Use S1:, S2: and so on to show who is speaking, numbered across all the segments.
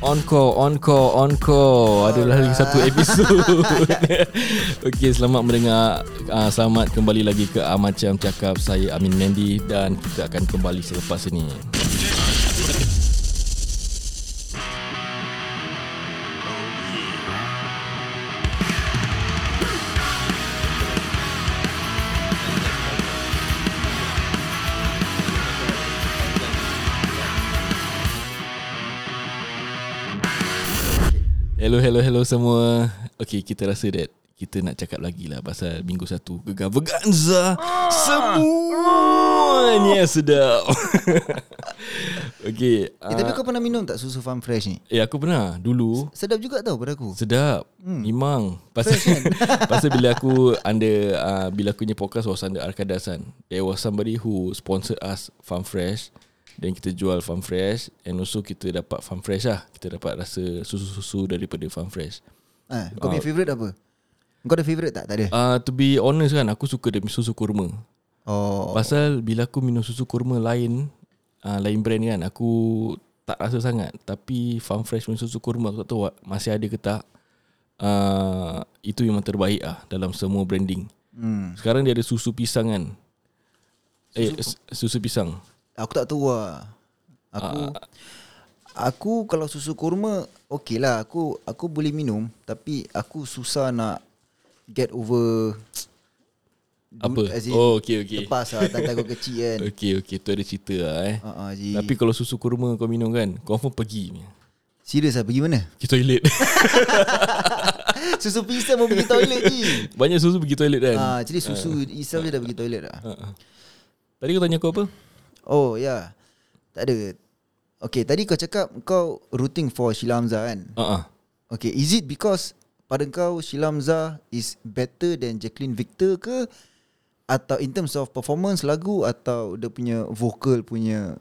S1: Encore, encore, encore Adalah lah lagi satu episod Okey, selamat mendengar uh, Selamat kembali lagi ke uh, Macam Cakap Saya Amin Mendy Dan kita akan kembali selepas ini Hello, hello, hello semua Okey, kita rasa that Kita nak cakap lagi lah Pasal minggu satu Gegar Veganza Semuanya sedap Okey ah,
S2: Eh, tapi kau pernah minum tak susu farm fresh ni?
S1: Eh aku pernah dulu
S2: Sedap juga tau pada aku.
S1: Sedap hmm. Memang Pasal Pasal bila aku Under uh, Bila aku punya podcast Was under Arkadasan There was somebody who Sponsored us Farm Fresh Dan kita jual Farm Fresh And also kita dapat Farm Fresh lah Kita dapat rasa Susu-susu daripada Farm Fresh
S2: Ha, kau punya favourite apa? Kau ada favourite tak? Tak ada.
S1: uh, To be honest kan Aku suka dia punya susu kurma
S2: Oh.
S1: Pasal bila aku minum susu kurma lain uh, Lain brand kan Aku tak rasa sangat Tapi Farm Fresh punya susu kurma Aku tak tahu ah, masih ada ke tak uh, Itu memang terbaik lah Dalam semua branding
S2: Hmm.
S1: Sekarang dia ada susu pisang kan susu. Eh s- susu pisang
S2: Aku tak tahu lah. Aku aku kalau susu kurma okey lah aku aku boleh minum tapi aku susah nak get over
S1: Apa?
S2: as in
S1: Oh okay okay
S2: lepas lah tanda aku kecil kan.
S1: Okay okay tu ada cerita lah eh
S2: Ha ah ji.
S1: Tapi kalau susu kurma kau minum kan Confirm pergi punya.
S2: Serius ah pergi mana?
S1: Pergi toilet
S2: Susu pisang mau pergi toilet ji.
S1: Banyak susu pergi toilet kan Ah,
S2: Ah jadi susu isam je dah pergi toilet dah.
S1: Tadi kau tanya aku apa?
S2: Oh ya. Yeah. Tak ada. Okay tadi kau cakap kau rooting for Sheila Hamzah kan?
S1: Uh-uh.
S2: Okay is it because pada kau Sheila Hamzah is better than Jacqueline Victor ke atau in terms of performance lagu atau dia punya vocal punya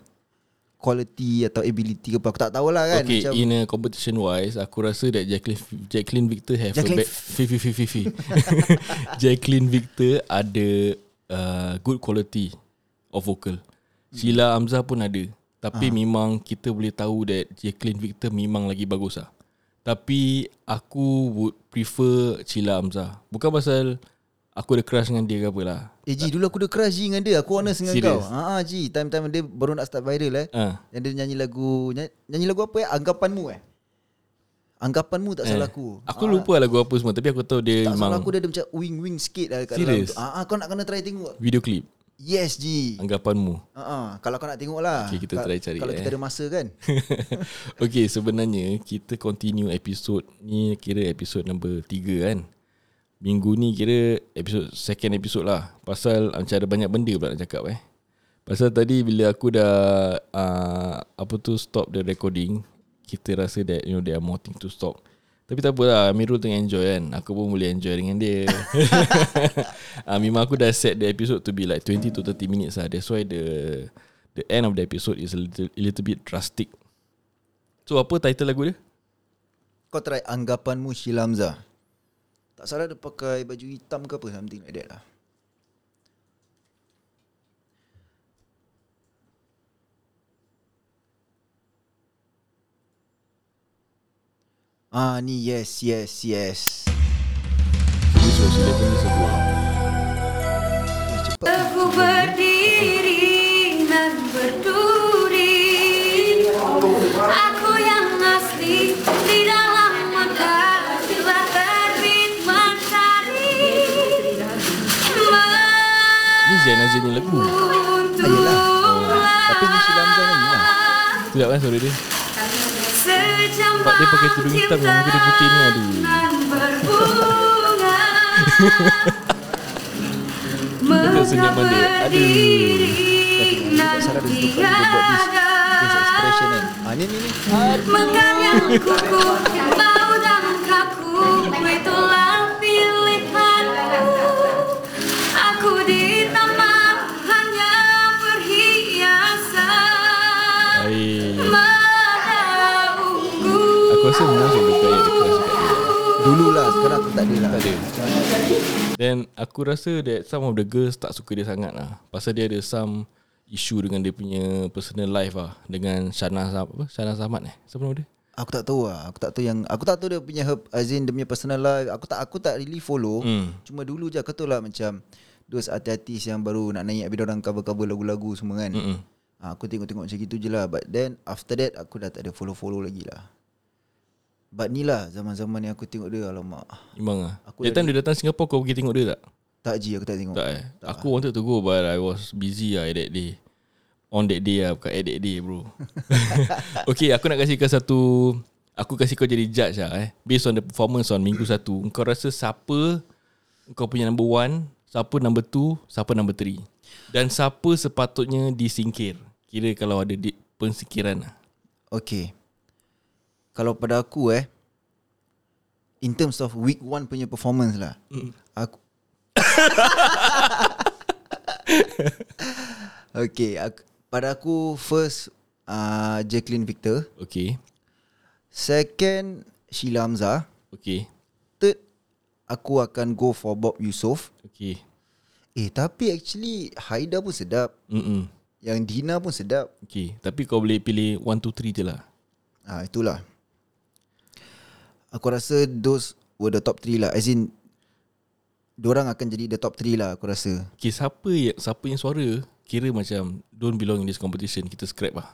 S2: quality atau ability ke apa aku tak tahulah kan
S1: Okay, in a competition wise, aku rasa that Jacqueline Jacqueline Victor have
S2: Jacqueline
S1: a bad fi fi fi fi. fi. Jacqueline Victor ada uh, good quality of vocal. Sheila Hamzah pun ada.
S2: Ah.
S1: Tapi memang kita boleh tahu that Jacqueline Victor memang lagi bagus lah. Tapi aku would prefer Sheila Hamzah. Bukan pasal aku ada crush dengan dia ke apa lah.
S2: Eh Ji dulu aku dah crush Ji dengan dia Aku honest dengan
S1: Serious?
S2: kau Haa Ji Time-time dia baru nak start viral eh
S1: Ah.
S2: Yang dia nyanyi lagu nyanyi, nyanyi lagu apa eh Anggapanmu eh Anggapanmu
S1: Eh.
S2: tak salah aku
S1: Aku lupa lah lagu apa semua tapi aku tahu dia
S2: Ah. Tak salah
S1: memang
S2: aku dia ada macam wing-wing sikit lah kat
S1: Serious?
S2: dalam tu. Ah, ah, kau nak kena try tengok.
S1: video klip
S2: Yes Ji.
S1: anggapanmu.
S2: Ah, ah, kalau kau nak tengok lah.
S1: Okay, kita
S2: Ka-
S1: try cari,
S2: Kalau
S1: eh.
S2: kita ada masa kan.
S1: okay sebenarnya kita continue episod ni kira episod number 3 kan. Minggu ni kira episod second episod lah. Pasal macam ada banyak benda pula nak cakap eh. Pasal tadi bila aku dah uh, apa tu stop the recording, kita rasa that you know there are more things to stop. Tapi tak apalah Amirul tengah enjoy kan Aku pun boleh enjoy dengan dia uh, Memang aku dah set the episode to be like 20 to 30 minutes lah That's why the The end of the episode is a little, a little bit drastic So apa title lagu dia?
S2: Kau try anggapanmu Sheila Hamzah. Tak salah dia pakai baju hitam ke apa something like that lah. Ah ni yes yes yes.
S1: This was 11 years ago
S2: Eh, cepat.
S3: Aku berdiri dan berduri Aku yang asli di dalam mata Bila terbit mentari
S1: Ni Zain Azir ni lagu
S3: Beruntunglah
S2: Tapi ni Sheila Hamzah nyanyi lah.
S1: Sedap kan suara dia?
S3: Sejam
S1: Sebab dia pakai tudung hitam yang muka dia putih ni Aduh
S3: dan berbunga
S1: Tengok senyuman dia.
S3: Berdiri
S2: Tak salah dia suka dia buat this this expression kan. Ah ni ni ni.
S3: Mengganyang kuku yang bau dan kaku Itulah pilihanku Aku di taman hanya berhiasan
S1: Air
S3: Mata ungu
S1: Aku rasa
S3: um
S1: most of the guy ada crush dekat dia
S2: Dulu lah sekarang aku tak ada lah.
S1: Tak ada Then aku rasa that some of the girls tak suka dia sangat lah Pasal dia ada some issue dengan dia punya personal life lah Dengan Shana Sam- apa? Shana Samad eh? Siapa nama dia?
S2: Aku tak tahu lah Aku tak tahu yang Aku tak tahu dia punya her, As in dia punya personal life Aku tak aku tak really follow
S1: Hmm.
S2: Cuma dulu je aku tahu lah macam Those artis-artis yang baru nak naik Habis orang cover-cover lagu-lagu semua kan
S1: Mm-mm.
S2: ha, Aku tengok-tengok macam gitu je lah But then after that Aku dah tak ada follow-follow lagi lah But ni lah zaman-zaman yang aku tengok dia Alamak
S1: Memang lah
S2: Aku
S1: That time dia datang Singapore Kau pergi tengok dia tak?
S2: Tak je aku tak tengok
S1: Tak eh Aku wanted to go But I was busy lah At that day On that day lah Bukan at that day bro Okay aku nak kasih kau satu Aku kasih kau jadi judge lah eh Based on the performance On minggu satu Kau rasa siapa Kau punya number one Siapa number two Siapa number three Dan siapa sepatutnya disingkir Kira kalau ada di, pensingkiran lah
S2: Okay Kalau pada aku eh In terms of week one punya performance lah mm. Aku Okay aku, Pada aku first uh, Jacqueline Victor
S1: Okay
S2: Second Sheila Hamzah
S1: Okay
S2: Third Aku akan go for Bob Yusof
S1: Okay
S2: Eh tapi actually Haida pun sedap
S1: Mm-mm.
S2: Yang Dina pun sedap
S1: Okay Tapi kau boleh pilih One, two, three je lah
S2: Ah itulah. Aku rasa those were the top 3 lah. As in Diorang akan jadi the top 3 lah aku rasa
S1: Okay, siapa yang, siapa yang suara Kira macam Don't belong in this competition Kita scrap lah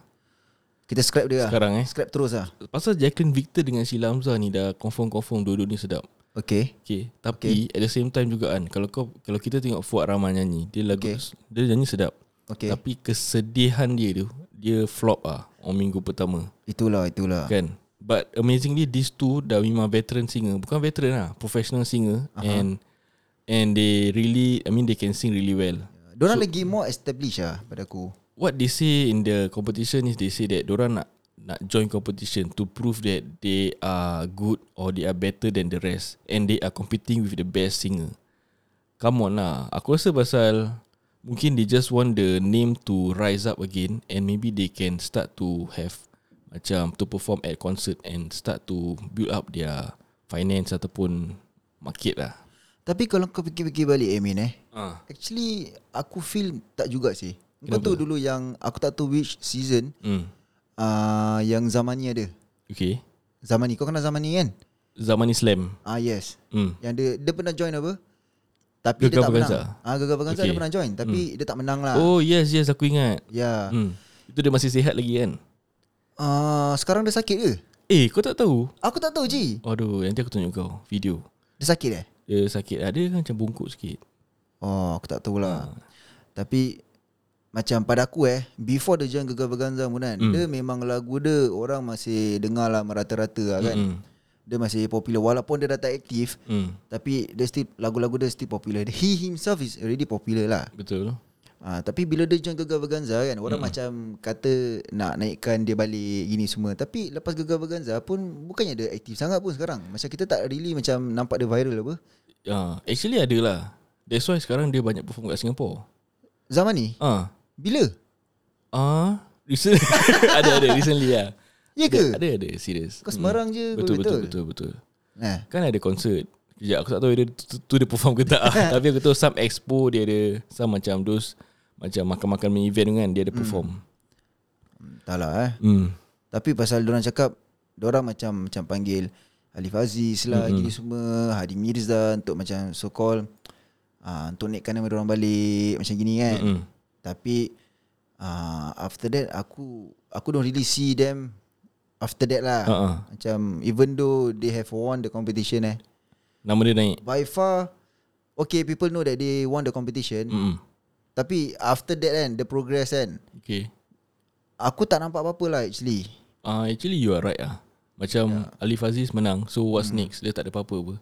S2: Kita scrap dia
S1: Sekarang
S2: lah
S1: eh.
S2: Scrap terus lah
S1: Pasal Jacqueline Victor dengan Sheila Hamzah ni Dah confirm-confirm Dua-dua ni sedap
S2: Okay
S1: Okay Tapi okay. at the same time juga kan Kalau kau kalau kita tengok Fuad Rahman nyanyi Dia lagu
S2: Okay.
S1: okay. Dia nyanyi sedap
S2: Okay
S1: Tapi kesedihan dia tu Dia flop lah On minggu pertama
S2: Itulah itulah
S1: Kan But amazingly These two dah memang veteran singer Bukan veteran lah Professional singer uh-huh. And And they really I mean they can sing really well
S2: Diorang lagi more established lah pada aku
S1: what they say in the competition is they say that orang nak nak join competition to prove that they are good or they are better than the rest and they are competing with the best singer. Come on lah. Aku rasa pasal mungkin they just want the name to rise up again and maybe they can start to have macam to perform at concert and start to build up their finance ataupun market lah.
S2: Tapi kalau kau fikir-fikir balik Amin eh
S1: Ah.
S2: Actually aku feel tak juga sih Kau tahu dulu yang Aku tak tahu which season
S1: Hmm.
S2: uh, Yang Zamani ada
S1: Okay.
S2: Zamani kau kenal Zamani kan
S1: Zaman Islam.
S2: Ah yes
S1: Hmm.
S2: Yang dia dia pernah join apa? Tapi
S1: Gegar
S2: dia tak
S1: Vaganza.
S2: menang. Ah Gegar Vaganza okay. dia
S1: Okay.
S2: pernah join tapi hmm. dia tak menang lah.
S1: Oh yes yes aku ingat.
S2: Ya.
S1: Hmm.
S2: Hmm.
S1: Itu dia masih sihat lagi kan?
S2: Uh, sekarang dia sakit ke?
S1: Eh, kau tak tahu?
S2: Aku tak tahu Ji.
S1: Aduh, nanti aku tunjuk kau video.
S2: Dia sakit eh?
S1: Dia sakit. Ada kan macam bungkuk sikit.
S2: Oh, aku tak tahu lah. Tapi macam pada aku eh, before dia join Gegar Vaganza pun kan, hmm. dia memang lagu dia orang masih dengar lah merata-rata lah kan. Hmm.
S1: Hmm.
S2: Dia masih popular walaupun dia dah tak aktif,
S1: Hmm.
S2: tapi dia still lagu-lagu dia still popular. He himself is already popular lah.
S1: Betul.
S2: Ah, tapi bila dia join Gegar Vaganza kan Orang hmm. macam kata nak naikkan dia balik gini semua Tapi lepas Gegar Vaganza pun Bukannya dia aktif sangat pun sekarang Macam kita tak really macam nampak dia viral apa
S1: Ya, actually ada lah. That's why sekarang dia banyak perform kat Singapore.
S2: Zaman ni?
S1: Ah.
S2: Bila?
S1: Ah, recent ada ada recently lah.
S2: Ya ke?
S1: Ada ada serius.
S2: Kau Semarang je kau
S1: Betul betul
S2: betul.
S1: betul betul.
S2: Nah,
S1: Kan ada konsert. Kejap aku tak tahu dia tu, tu dia perform ke tak. ah. Tapi aku tahu some expo dia ada some macam those macam makan-makan punya event kan dia ada perform.
S2: entahlah eh
S1: Hmm.
S2: Tapi pasal orang cakap orang macam macam panggil Alif Aziz lah mm-hmm. gini semua Hadi Mirza untuk macam so called uh, Untuk naikkan nama orang balik Macam gini kan
S1: Mm.
S2: Tapi uh, after that aku aku don't really see them after that lah.
S1: Ha ah.
S2: Macam even though they have won the competition eh.
S1: Nama dia naik.
S2: By far okay people know that they won the competition. Mm.
S1: Hmm.
S2: Tapi after that kan the progress kan
S1: Okay.
S2: aku tak nampak apa-apa lah actually.
S1: Uh, actually you are right ah.
S2: Ya.
S1: Macam yeah. Alif Aziz menang So what's hmm. next Dia tak ada apa-apa apa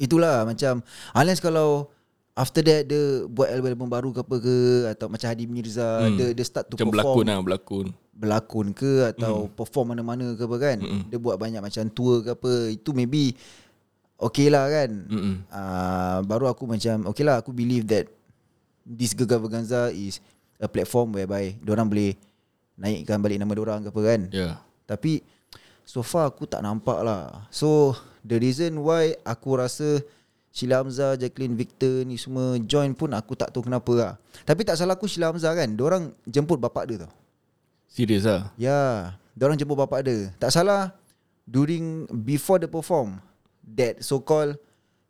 S2: Itulah macam unless kalau after that dia buat album baru ke apa ke atau macam Hadi Mirza mm. dia dia start to
S1: Hmm. Macam
S2: perform
S1: berlakon lah Berlakon
S2: berlakon ke atau mm. perform mana-mana ke apa kan mm dia buat banyak macam tour ke apa itu maybe okay lah kan
S1: Mm-mm.
S2: uh, baru aku macam okay lah aku believe that this Gegar Vaganza is a platform whereby orang boleh naikkan balik nama orang ke apa kan
S1: Yeah
S2: tapi so far aku tak nampak lah so the reason why aku rasa Sheila Hamzah, Jacqueline Victor ni semua join pun aku tak tahu kenapa lah. Tapi tak salah aku Sheila Hamzah kan, orang jemput bapak dia tau.
S1: Serius lah
S2: Ya, orang jemput bapak dia. Tak salah. during before the perform that so called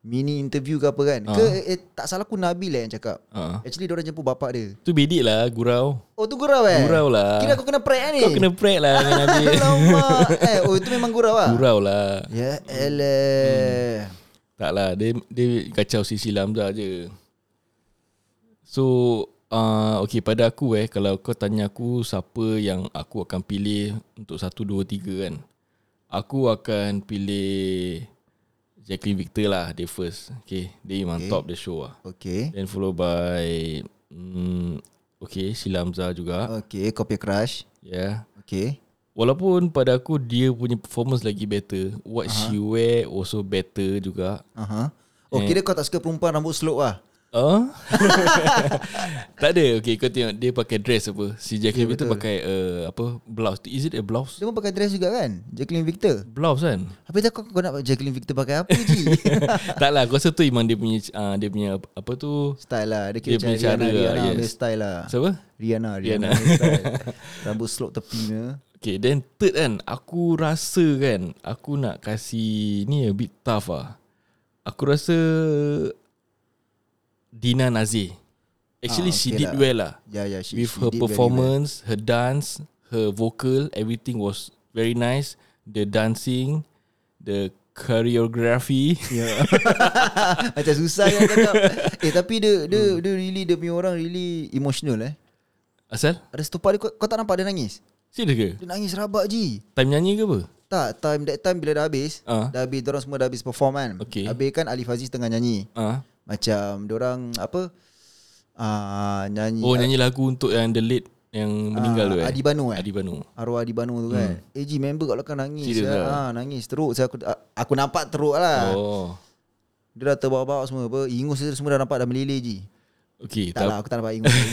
S2: mini interview ke apa kan uh. ke eh, eh, tak salah aku Nabil lah yang cakap
S1: Ah.
S2: uh. actually dia orang jemput bapak dia
S1: Tu bedik lah gurau.
S2: oh tu gurau eh
S1: Gurau lah.
S2: kira aku kena prank lah ni
S1: Kau kena prank lah dengan Nabi.
S2: Alamak eh, Oh itu memang gurau lah
S1: Gurau lah.
S2: Ya elah
S1: Tak lah Dia, dia kacau sisi Lamza je So uh, Okay pada aku eh Kalau kau tanya aku Siapa yang aku akan pilih Untuk satu dua tiga kan Aku akan pilih Jacqueline Victor lah Dia first Okay Dia memang okay. top the show lah
S2: Okay
S1: Then followed by mm, Okay Sila Hamzah juga
S2: Okay Kopi Crush
S1: Yeah
S2: Okay
S1: Walaupun pada aku Dia punya performance lagi better What uh-huh. she wear Also better juga
S2: Aha. Oh kira kau tak suka perempuan rambut slope lah
S1: Oh? tak ada. Okay, kau tengok dia pakai dress apa. Si Jacqueline Victor pakai uh, apa blouse. Is it a blouse?
S2: Dia pun pakai dress juga kan Jacqueline Victor
S1: Blouse kan?
S2: Habis tak kau, kau nak Jacqueline Victor pakai apa Ji
S1: tak lah, aku rasa tu memang dia punya uh, dia punya apa, apa tu?
S2: Style lah Dia kira
S1: Dia punya
S2: macam Rihanna,
S1: cara lah,
S2: Rihanna
S1: yes.
S2: punya style lah
S1: Siapa?
S2: Rihanna Rihanna,
S1: Rihanna.
S2: punya style. Rambut slope tepi ni
S1: Okay, then third kan, aku rasa kan, aku nak kasih ni a bit tough ah. Aku rasa Dina Nazir. Actually,
S2: Ah,
S1: she
S2: okay
S1: did
S2: lah.
S1: well lah.
S2: Ya ya she,
S1: with
S2: she
S1: her
S2: did very
S1: performance, her dance, her vocal, everything was very nice. The dancing, the choreography.
S2: well. Ya. Macam susah kan cakap Eh tapi dia Dia,
S1: Hmm.
S2: dia really Dia punya orang really Emotional eh
S1: Asal?
S2: Ada satu part dia kau, kau tak nampak dia nangis
S1: Serius ke?
S2: Dia nangis rabak je
S1: Time nyanyi ke apa?
S2: Tak time that time Bila dah habis
S1: Ah.
S2: Dah habis Diorang semua dah habis perform kan
S1: Okay.
S2: Habis kan Alif Aziz tengah nyanyi
S1: Ah.
S2: Macam Diorang apa Ah Nyanyi ah,
S1: Oh, nyanyi lagu untuk yang the late yang meninggal tu eh.
S2: Adi Banu eh?
S1: Adi Banu.
S2: Arwah di Banu tu kan hmm. Eh Ji member kat belakang nangis
S1: Serious
S2: ya.
S1: lah.
S2: ha, Nangis teruk saya, aku, a- aku nampak teruk lah oh.
S1: Oh.
S2: Dia dah terbawa-bawa semua apa Ingus dia semua dah nampak dah meleleh Ji
S1: Okay,
S2: Tak
S1: tak,
S2: lah aku tak nampak ingus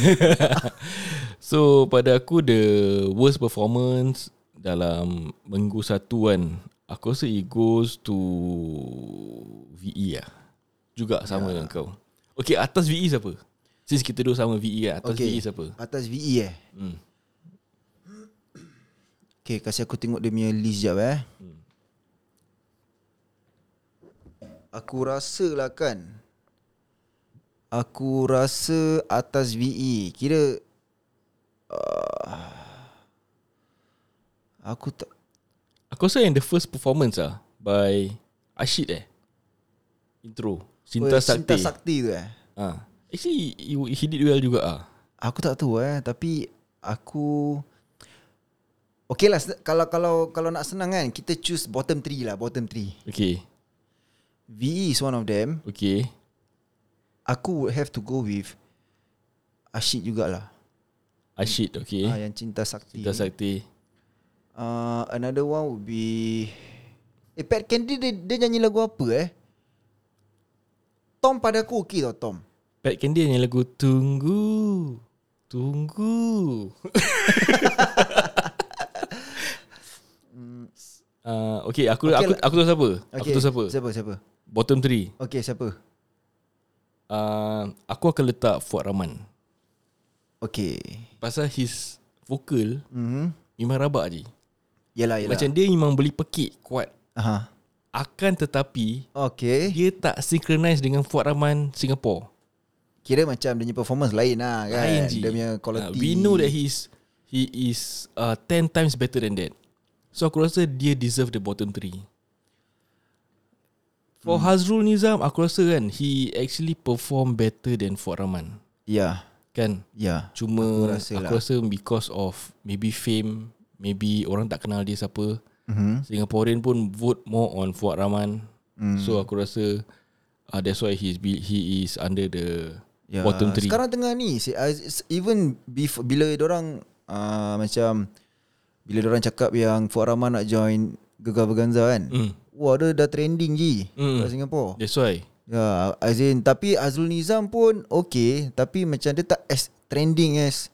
S1: So pada aku the worst performance dalam minggu satu kan aku rasa it goes to VE lah. Juga sama dengan
S2: Ya.
S1: kau. Okay atas VE siapa? Since kita dua sama VE kan atas okay. VE siapa?
S2: Atas VE eh
S1: Hmm.
S2: Okay kasih aku tengok dia punya list sekejap eh hmm. Aku rasa lah kan Aku rasa atas VE Kira uh, Aku tak
S1: Aku rasa yang the first performance ah by Ashid eh. Intro Cinta
S2: Oh,
S1: Sakti.
S2: Cinta Sakti tu eh
S1: Ah. Actually he, he did well juga ah.
S2: Aku tak tahu eh Tapi Aku Okay lah sen- Kalau kalau kalau nak senang kan Kita choose bottom 3 lah Bottom 3
S1: Okay.
S2: VE E is one of them
S1: Okay.
S2: Aku would have to go with Ashid jugalah
S1: Ashid okay.
S2: eh? ah, Yang Cinta Sakti
S1: Cinta Sakti.
S2: uh, Another one would be Eh Pat Candy dia, dia nyanyi lagu apa eh Tom pada aku okey tau Tom
S1: Pat Candy nyanyi lagu Tunggu Tunggu uh, Okay aku
S2: Okay
S1: okay aku,
S2: lah.
S1: aku tahu siapa Aku
S2: okay.
S1: tahu siapa
S2: Siapa siapa
S1: Bottom 3
S2: Okay siapa
S1: uh, Aku akan letak Fuad Rahman
S2: Okay
S1: Pasal his vocal
S2: mm-hmm.
S1: Memang rabak je
S2: Yelah yelah
S1: Macam dia memang boleh pekik kuat
S2: Aha.
S1: Akan tetapi
S2: Okay
S1: Dia tak synchronize dengan Fuad Rahman Singapore
S2: Kira macam dia punya performance lain lah kan
S1: Lain je
S2: Dia punya
S1: Ah,
S2: quality
S1: We know that he is He is uh, 10 times better than that So aku rasa dia deserve the bottom 3 For
S2: Hmm.
S1: Hazrul Nizam Aku rasa kan He actually perform better than Fuad Rahman
S2: Ya
S1: Kan
S2: Ya
S1: Cuma aku
S2: rasa
S1: rasa, aku
S2: lah.
S1: rasa because of Maybe fame Maybe orang tak kenal dia siapa
S2: Mhm.
S1: Singaporean pun vote more on Fuad Rahman
S2: Mm.
S1: So aku rasa uh, That's why he's, be- he is under the
S2: Ya.
S1: Bottom 3
S2: Sekarang tengah ni si- as- Even before, bila orang uh, Macam Bila orang cakap yang Fuad Rahman nak join Gegar Berganza kan
S1: mm.
S2: Wah dia dah trending je
S1: Mm.
S2: Kat Singapura
S1: That's why
S2: Ya as in, Tapi Azrul Nizam pun Okay Tapi macam dia tak as trending as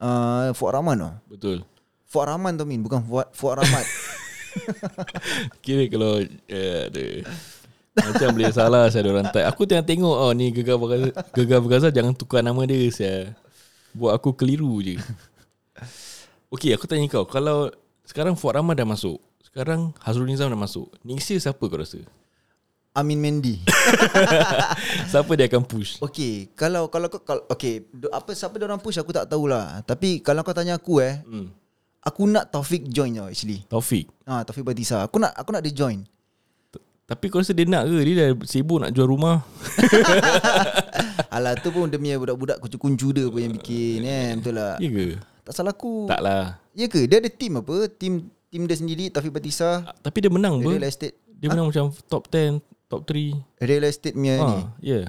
S2: uh, Fuad Rahman tau
S1: Betul
S2: Fuad Rahman tau Min Bukan Fuad, Fuad Rahmat
S1: Kira kalau uh, aduh. Macam boleh salah saya ada orang type. Aku tengah tengok oh ni gegar bergaza, gegar bergaza jangan tukar nama dia saya. Buat aku keliru je. Okey, aku tanya kau kalau sekarang Fuad Rahman dah masuk. Sekarang Hazrul Nizam dah masuk Next year siapa kau rasa?
S2: Amin Mendy
S1: Siapa dia akan push?
S2: Okay Kalau kalau kau kalau, Okay do, apa Siapa orang push Aku tak tahulah Tapi kalau kau tanya aku eh
S1: Hmm.
S2: Aku nak Taufik join tau actually
S1: Taufik
S2: Ah, Taufik Batisa Aku nak aku nak dia join
S1: Tapi kau rasa dia nak ke? Dia dah sibuk nak jual rumah
S2: Alah tu pun demi budak-budak kuncu-kuncu dia pun yang bikin kan Betul lah
S1: Ya ke?
S2: Tak salah aku
S1: Tak lah
S2: Ya ke? Dia ada team apa? Team team dia sendiri Taufik Batisa
S1: Ah, Tapi dia menang
S2: Real
S1: apa?
S2: Estate
S1: Dia menang macam top 10 Top 3
S2: Real Estate punya ni
S1: ha, yeah.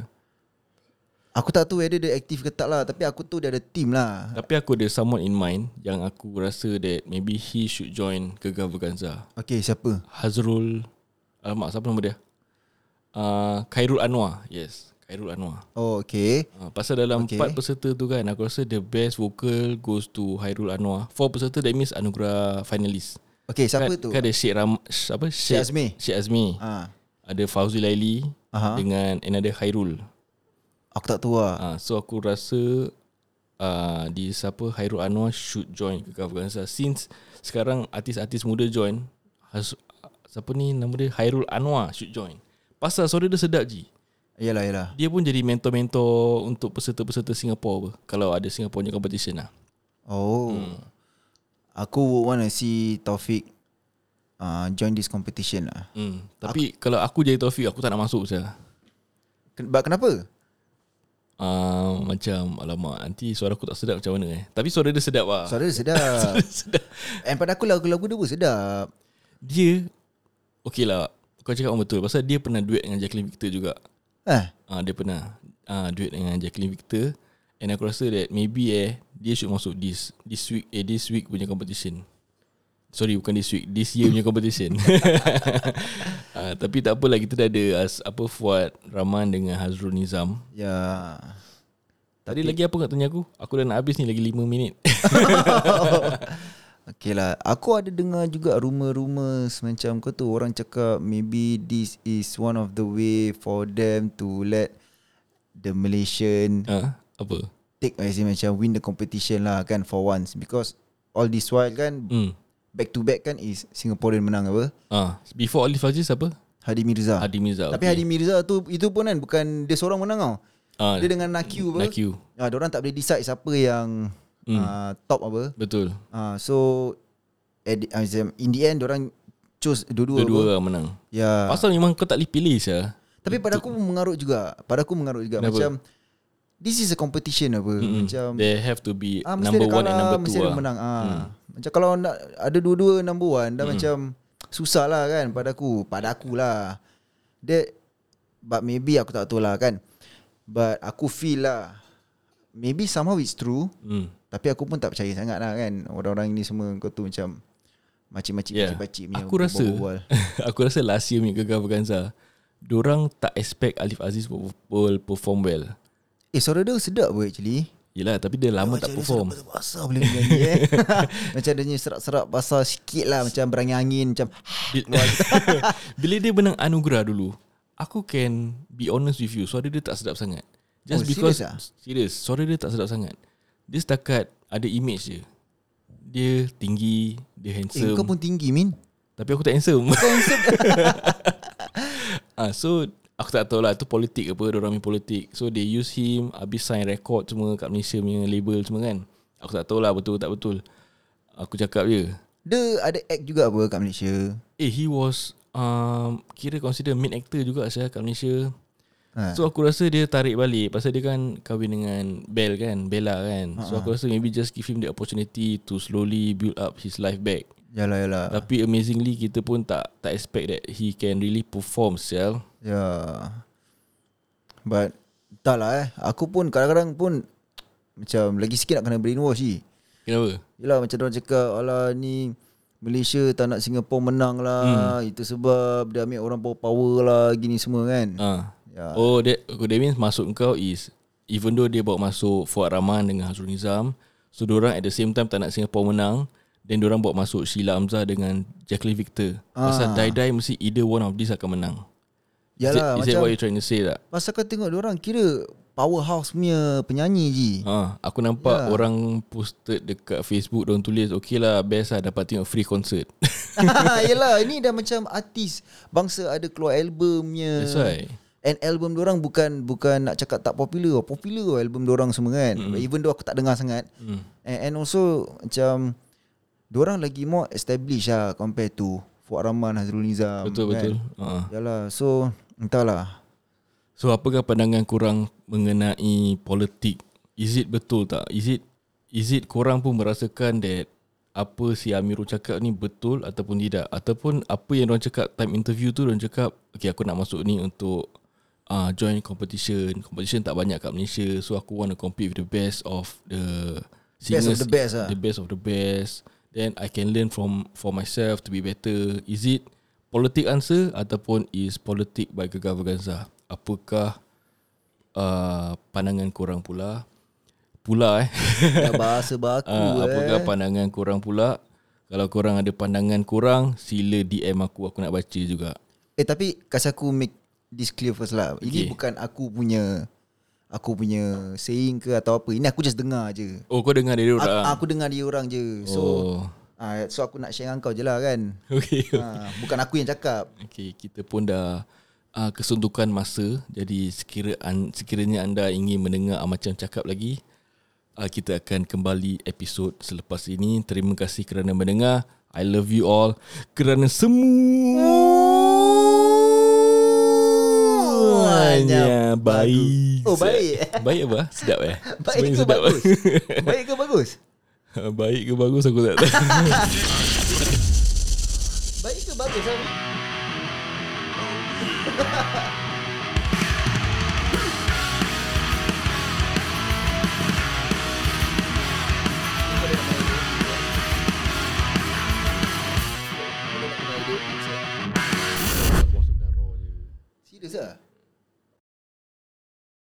S2: Aku tak tahu whether dia aktif ke tak lah Tapi aku tahu dia ada team lah
S1: Tapi aku ada someone in mind Yang aku rasa that Maybe he should join Gegar Vaganza
S2: Okay siapa?
S1: Hazrul Alamak siapa nama dia uh, Khairul Anwar Yes Khairul Anwar
S2: Oh okay
S1: uh, Pasal dalam
S2: Okay.
S1: okay. 4 peserta tu kan Aku rasa the best vocal Goes to Khairul Anwar 4 peserta that means Anugerah finalist
S2: Okay siapa
S1: kan,
S2: tu?
S1: Kan ada Syed Ram Sh- apa? Syed,
S2: Azmi.
S1: Syed Azmi
S2: Ha.
S1: Ada Fauzi Laili
S2: Aha.
S1: Dengan another Khairul
S2: Aku tak tahu lah
S1: uh, So aku rasa uh, Di siapa Khairul Anwar should join ke Afghanistan Since sekarang artis-artis muda join has, Siapa ni nama dia Khairul Anwar should join Pasal suara dia sedap je
S2: Yalah yalah
S1: Dia pun jadi mentor-mentor Untuk peserta-peserta Singapura apa, Kalau ada Singapore punya competition lah
S2: Oh
S1: Hmm.
S2: Aku would want to see Taufik uh, Join this competition lah
S1: hmm. Tapi aku, kalau aku jadi Taufik Aku tak nak masuk saja.
S2: Ken- But kenapa?
S1: Uh, macam Alamak Nanti suara aku tak sedap macam mana eh Tapi suara dia sedap lah
S2: Suara dia sedap
S1: Sedap
S2: And pada aku lagu-lagu dia pun sedap
S1: Dia Okay lah Kau cakap pun betul Pasal dia pernah duet Dengan Jacqueline Victor juga
S2: Ah,
S1: uh, Dia pernah uh, Duet dengan Jacqueline Victor And aku rasa that Maybe eh Dia should masuk this This week Eh this week punya competition Sorry bukan this week This year punya competition uh, Tapi tak apalah Kita dah ada as, Apa Fuad Rahman dengan Hazrul Nizam
S2: Ya yeah.
S1: Tadi lagi apa nak tanya aku Aku dah nak habis ni Lagi 5 minit lah.
S2: Okay lah Aku ada dengar juga rumor-rumor Macam kau tu Orang cakap Maybe this is one of the way For them to let The Malaysian
S1: uh, Apa
S2: Take as in macam Win the competition lah kan For once Because All this while kan
S1: hmm.
S2: Back to back kan Is Singaporean menang apa
S1: uh, Before Alif Aziz apa
S2: Hadi Mirza
S1: Hadi Mirza
S2: Tapi Hadi Mirza tu Itu pun kan Bukan dia seorang menang tau
S1: uh,
S2: Dia dengan Nakyu apa
S1: Nakyu
S2: ah, Diorang tak boleh decide Siapa yang
S1: Hmm.
S2: ah, Top apa
S1: Betul
S2: Ah, so at, the- macam in the end orang choose dua-dua.
S1: Dua-dua
S2: apa.
S1: lah menang
S2: Ya.
S1: Pasal memang kau tak boleh pilih sah.
S2: Tapi pada aku mengarut juga. Pada aku mengarut juga
S1: Kenapa? Hmm,
S2: macam this is a competition apa. Mm-hmm. Macam
S1: They have to be
S2: ah, mesti
S1: number
S2: ada
S1: one
S2: kalah,
S1: and number
S2: mesti
S1: two
S2: ada
S1: lah.
S2: menang. Ah. Macam kalau nak ada dua-dua number one
S1: Hmm.
S2: dah macam susah lah kan pada aku. Pada aku lah. That but maybe aku tak tahu lah kan. But aku feel lah maybe somehow it's true.
S1: Hmm.
S2: Tapi aku pun tak percaya sangat lah kan Orang-orang ni semua kau tu macam Macik-macik
S1: Yeah.
S2: pakcik-pakcik punya
S1: Aku rasa
S2: berbual.
S1: aku rasa last year punya Gegar Vaganza, diorang tak expect Alif Aziz will- will perform well.
S2: Eh suara dia sedap pun actually
S1: Yelah tapi dia lama tak
S2: Macam dia
S1: perform.
S2: serap basah boleh menyanyi eh Macam dia punya serap-serap basah sikit lah Macam berangin angin Macam "Ah,
S1: Bila, Bila dia menang anugerah dulu, aku can be honest with you, suara dia tak sedap sangat. Just
S2: Oh,
S1: because
S2: serious ah?
S1: serious, suara dia tak sedap sangat. Dia setakat ada image je. Dia tinggi, dia
S2: Eh
S1: handsome.
S2: kau pun tinggi Min
S1: Tapi aku tak handsome ah, So Aku tak tahu lah Tu politik apa Diorang punya politik So they use him Habis sign record semua Kat Malaysia punya label semua kan Aku tak tahu lah betul tak betul Aku cakap je
S2: Dia ada act juga apa kat Malaysia
S1: Eh he was um, Kira consider main actor juga saya Kat Malaysia
S2: ha.
S1: So aku rasa dia tarik balik Pasal dia kan Kahwin dengan Bell kan Bella kan So aku rasa maybe just give him the opportunity To slowly build up his life back
S2: Yalah yalah
S1: tapi amazingly kita pun tak tak expect that he can really perform sel.
S2: Ya But Tak lah eh Aku pun kadang-kadang pun Macam lagi sikit nak kena brainwash je
S1: Kenapa?
S2: Yelah macam orang cakap Alah ni Malaysia tak nak Singapore menang lah hmm. Itu sebab Dia ambil orang power power lah Gini semua kan
S1: Ha.
S2: Ya.
S1: Oh that, oh, that means masuk kau is even though dia bawa masuk Fuad Rahman dengan Hazrul Nizam, so orang at the same time tak nak Singapore menang, then orang bawa masuk Sheila Hamzah dengan Jacqueline Victor.
S2: Ah.
S1: Pasal die-die mesti either one of these akan menang. is,
S2: Yalah
S1: it, is that
S2: macam
S1: what you trying to say tak?
S2: Pasal kau tengok orang Kira powerhouse punya penyanyi je
S1: Ha, aku nampak yeah. orang posted dekat Facebook Diorang tulis Okay lah best lah dapat tengok free concert
S2: Yelah ini dah macam artis Bangsa ada keluar albumnya
S1: That's why.
S2: And album orang bukan bukan nak cakap tak popular Popular tau album orang semua kan
S1: Hmm.
S2: mm. Even though aku tak dengar sangat mm. and, and also macam orang lagi more established lah Compare to Fuad Rahman, Hazrul Nizam
S1: Betul
S2: kan?
S1: betul. Ha.
S2: Yalah so Entahlah
S1: So apakah pandangan kurang mengenai politik? Is it betul tak? Is it is it korang pun merasakan that apa si Amirul cakap ni betul ataupun tidak ataupun apa yang orang cakap time interview tu orang cakap okay aku nak masuk ni untuk uh, join competition competition tak banyak kat Malaysia so aku want to compete with the best of the
S2: Best of
S1: singers
S2: the best lah.
S1: the best of the best then I can learn from for myself to be better is it politic answer ataupun is politic by kegawaganza apakah uh, pandangan korang pula pula eh
S2: Dah bahasa baku
S1: uh,
S2: eh.
S1: apakah pandangan korang pula kalau korang ada pandangan korang sila DM aku aku nak baca juga
S2: Eh tapi kasi aku make this clear first lah.
S1: Okay.
S2: Ini bukan aku punya aku punya saying ke atau apa. Ini aku just dengar je.
S1: oh kau dengar dari
S2: Aku,
S1: orang
S2: aku dengar dia orang je. So
S1: oh
S2: ah so aku nak share dengan kau je lah kan.
S1: okey
S2: Ah, bukan aku yang cakap.
S1: Okey, kita pun dah uh, kesuntukan masa. Jadi sekira an, sekiranya anda ingin mendengar ah, macam cakap lagi, uh, kita akan kembali episod selepas ini. Terima kasih kerana mendengar. I love you all kerana semuanya baik.
S2: Oh, baik.
S1: Baik apa? Sedap eh? Semuanya
S2: Baik ke
S1: sedap, eh?
S2: bagus? baik ke bagus?
S1: baik ke bagus aku tak tahu.
S2: Baik ke bagus? Sam? Serius lah?